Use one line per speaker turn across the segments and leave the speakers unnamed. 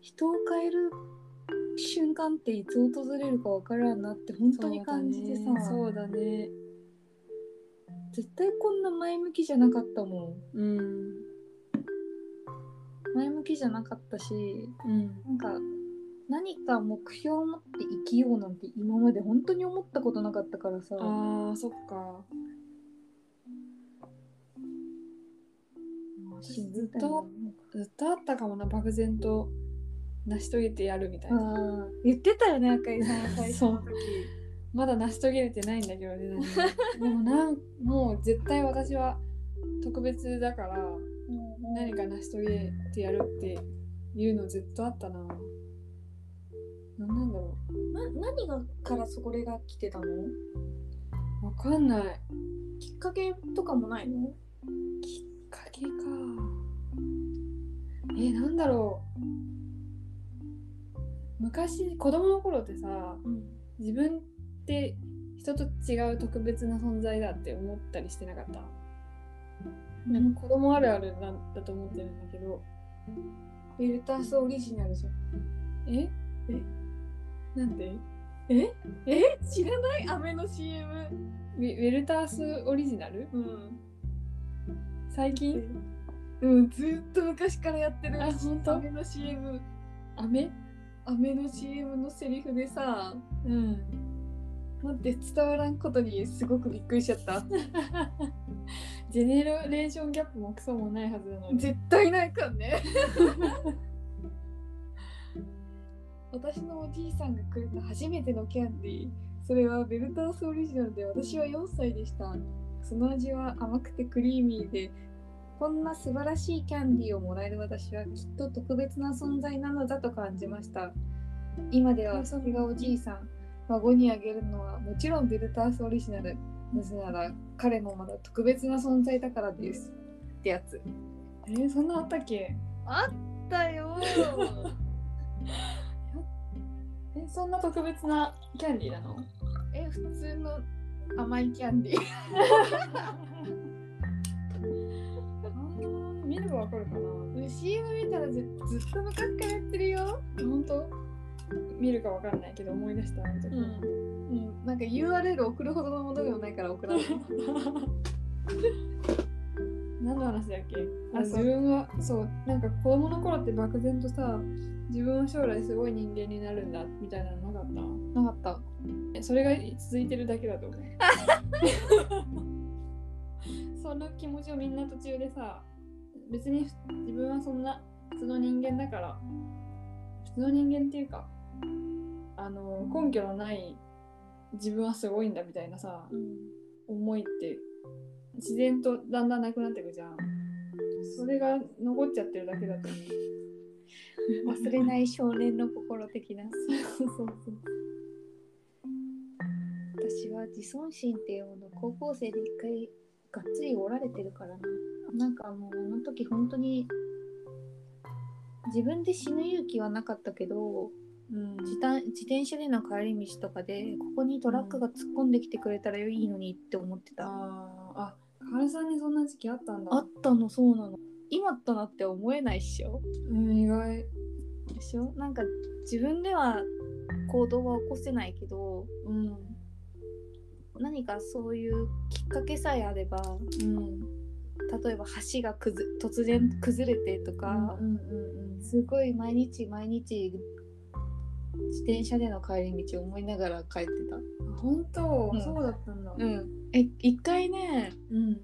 人を変える瞬間っていつ訪れるか分からんなって本当に感じてさ、
そうだね
絶対こんな前向きじゃなかったもん
うん
前向きじゃなかったし
うん
なんか何か目標を持って生きようなんて今まで本当に思ったことなかったからさな
あーそっか
んか
私ずっとずっとあったかもな漠然と成し遂げてやるみたい
あ
な
ー言ってたよねあかりさんは最初の時
まだ成し遂げれてないんだけどね 何もでもなんもう絶対私は特別だから何か成し遂げてやるっていうのずっとあったな何なんだろ
な何がからそこれが来てたの
うわかんない
きっかけとかもないの
きっかけかえなんだろう昔子供の頃ってさ
うん
自分って人と違う特別な存在だって思ったりしてなかったなんか子供あるあるなんだと思ってるんだけど
ベルタスオリジナルじゃん
えなんで
ええ知ら ない飴の CM
ウェウェルタースオリジナル
うん
最近
うんずっと昔からやってる
あ本当
飴の CM
飴
飴の CM のセリフでさ
うん
待って伝わらんことにすごくびっくりしちゃった
ジェネレーションギャップもクソもないはずなのに
絶対ないかんね 私のおじいさんがくれた初めてのキャンディーそれはベルタースオリジナルで私は4歳でしたその味は甘くてクリーミーでこんな素晴らしいキャンディーをもらえる私はきっと特別な存在なのだと感じました今ではそれがおじいさん孫にあげるのはもちろんベルタースオリジナルなぜなら彼もまだ特別な存在だからですってやつ
えーそんなあったっけ
だよ
えそんな特別なキャンディーなの
え普通の甘いキャンディー
あー見ればわかるかな
CM 見たらずずっと昔からやってるよ
本当見るかわかんないけど思い出したあの時、
うんなんか URL 送るほどのものでもないから送らない
何の話だっけ
あ
あ
そう
自分はそうなんか子供の頃って漠然とさ自分は将来すごい人間になるんだみたいなのなかった
なかった
えそれが続いてるだけだと思う その気持ちをみんな途中でさ別に自分はそんな普通の人間だから普通の人間っていうかあの根拠のない自分はすごいんだみたいなさ思いって自然とだんだんなくなってくじゃんそれが残っちゃってるだけだと思う
忘れない少年の心的な
そうそうそう
私は自尊心っていうものを高校生で一回がっつり折られてるからななんかもうあの時本当に自分で死ぬ勇気はなかったけど
うん
自た自転車での帰り道とかでここにトラックが突っ込んできてくれたらいいのにって思ってた、
あーあカールさんにそんな時期あったんだ
あったのそうなの今となっては思えないっしょ
うん意外
でしょなんか自分では行動は起こせないけど
うん
何かそういうきっかけさえあれば
うん
例えば橋がくず突然崩れてとか、
うんうんうん
すごい毎日毎日自転車での帰り道を思いながら帰ってた
本当、
うん
そうだったんだ
うんえ一回ね
うん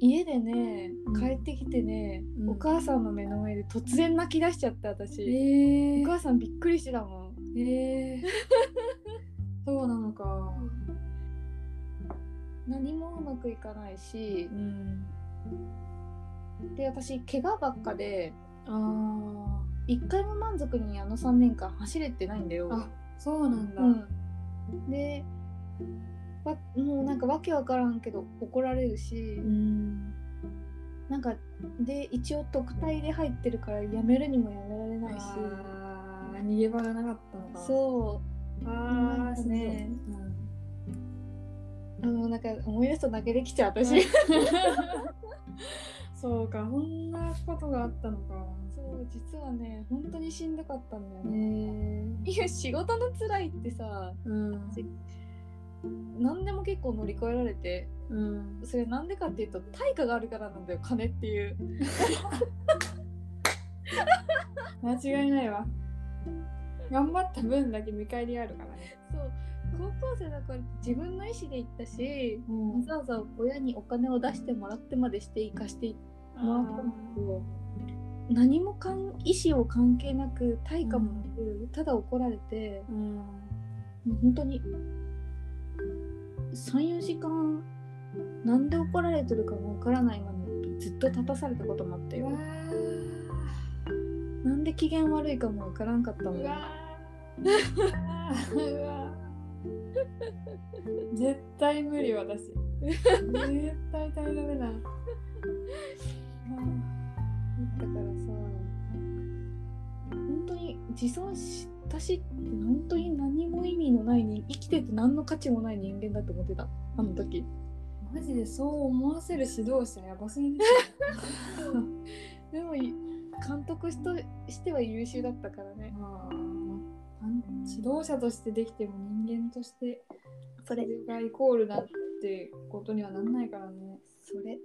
家でね
うん
帰ってきてね、
うん
お母さんの目の前で突然泣き出しちゃった
え
私、
ー、
お母さんびっくりしてたもん
えー、そうなのか
何もうまくいかないし
うん
で私怪我ばっかで
あ
一回も満足にあの3年間走れてないんだよ
ーあそうなんだ、
うん、でわもうなんかわけわからんけど怒られるし、
うん
なんかで一応特待で入ってるからやめるにもやめられないし
あー逃げ場がなかったのか
そう
う
な
あ
んか
ー
ね
そうそう
あのなんか思い出すと泣けてきちゃう私
うんそうか、こんなことがあったのか。
そう実はね本当にしんどかったんだよ
へ
ね、
え。
いや仕事の辛いってさ
うん。
何でも結構乗り越えられて
うん。
それなんでかっていうと対価があるからなんだよ金っていう
間違いないわ。頑張った分だけ見返りあるからね。
そう高校生だから自分の意思で行ったし
う
わざわざ親にお金を出してもらってまでして行かしてもらったんだけど何もかん意思を関係なく対価もなく、ただ怒られて
うん。
もう本当に34時間なんで怒られてるかもわからないままずっと立たされたこともあった
う
よ
わ
なんで機嫌悪いかもわからんかった
ー
も
うんわーうわー絶対無理私絶対耐えられない
だからさ本当に自尊したしって本当に何も意味のない人生きてて何の価値もない人間だと思ってたあの時
マジでそう思わせる指導者やばすぎでし
でもい監督しとしては優秀だったからね
ょあーあん指導者としてできても人間として
そ
それがイコールだってことにはなんないからね
それ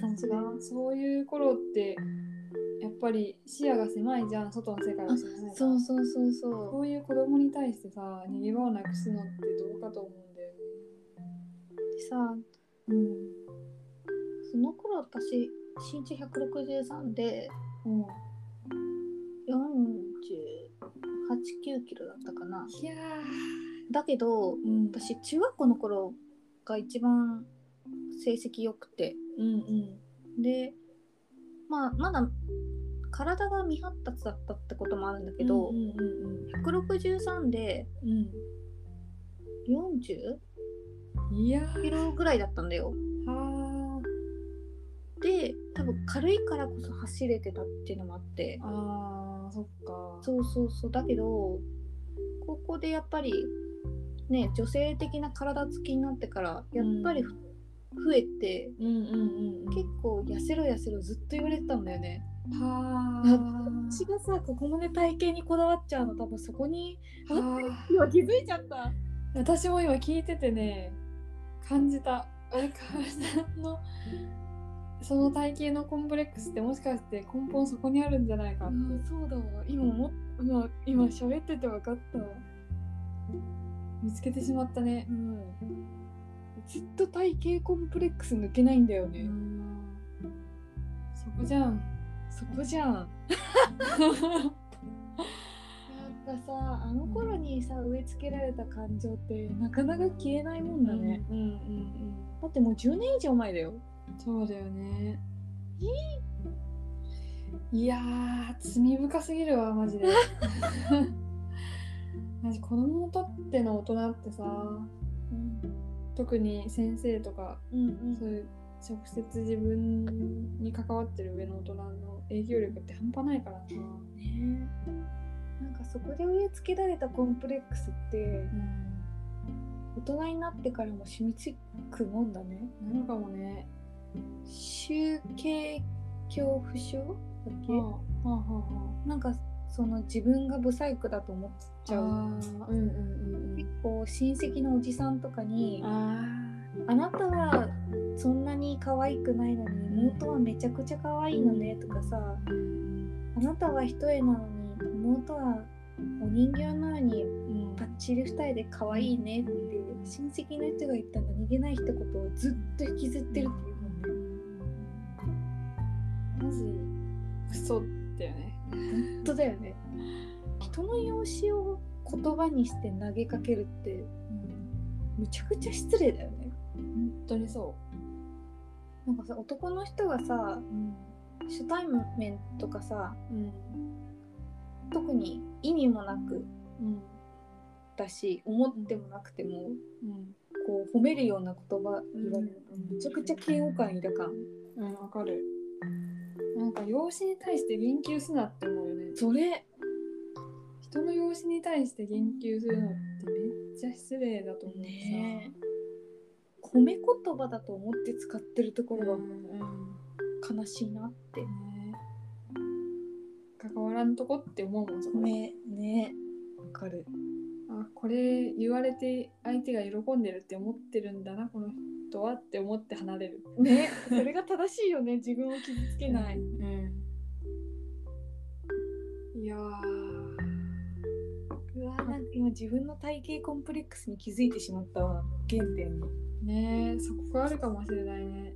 確かに
そういう頃ってやっぱり視野が狭いじゃん外の世界が狭いから
そうそうそうそ
そういう子供に対してさ、逃げ場をなくすのってどうかと思うんだよね。
うでさ
うん。
その頃私身長163で
うん、
489キロだったかない
や
だけど
ー、うん、
私中学校の頃が一番成績良くて
うんうん。
でまあまだ体が未発達だったってこともあるんだけど、
うんうん
163で
うん。
40
うん、いやー、
キロぐらいだったんだよ
は
で多分軽いからこそ走れてたっていうのもあって
ー、あー、そっか。
そうそうそうだけど高校でやっぱりね女性的な体つきになってからやっぱり
う
ふ増えて、
うんうんうん。
結構痩せろ痩せろずっと言われてたんだよね
構、は
や
ー
っ、私がさここまで体型にこだわっちゃうの多分そこに
は
今気づいちゃった
ー私も今聞いててね、感じた。あれ、川さんの、その体型のコンプレックスってもしかして根本そこにあるんじゃないかって。
そうだわ今も今今喋ってて分かった
見つけてしまったね。
うんずっと体型コンプレックス抜けないんだよね、
そこじゃん。
そこじゃんやっぱさあの頃にさ植え付けられた感情ってなかなか消えないもんだね、。
うんうんうん。
だってもう10年以上前だよ
そうだよね。いやー、罪深すぎるわ、マ ジで。マジ子供にとっての大人ってさ、
うん
特に先生とか、
うん
そういう直接自分に関わってる上の大人の影響力って半端ないからな。
ねなんかそこで植え付けられたコンプレックスって大人になってからも染みつくもんだね
なのかもね。
集計恐怖症だっけ、
はあはあはあはあ
なんかその自分がブサイクだと思っちゃ
あ
う
ーうんうんうんうん
結構親戚のおじさんとかに
あ
あなたはそんなに可愛くないのに妹はめちゃくちゃ可愛いのねとかさ
ーうん
あなたは一重なのに妹はお人形のように
うん
パッチリ二重で可愛いねって親戚の人が言ったの逃げない一言をずっと引きずってるっていうもんね
マジクソだよね
本当だよね人の容姿を言葉にして投げかけるってむちゃくちゃ失礼だよね
本当にそ
なんかさ男の人がさ
ううん
初対面とかさ
うん
特に意味もなく
うん
だし思ってもなくても
うん
こう褒めるような言葉言われるとめちゃくちゃ嫌悪感抱かん
うんわかるなんか容姿に対して言及すなって思うよね
それ
人の容姿に対して言及するのってめっちゃ失礼だと思うさ、
ね褒め言葉だと思って使ってるとこ
うんう
ろが
ん悲しいなって関わらんとこって思うもんそこで
ねねわかる
あこれ言われて相手が喜んでるって思ってるんだなこの人はって思って離れる
ねそれが正しいよね自分を傷つけない、
いや
うわーなんか今自分の体型コンプレックスに気づいてしまったわ原点に
ねえそこがあるかもしれないね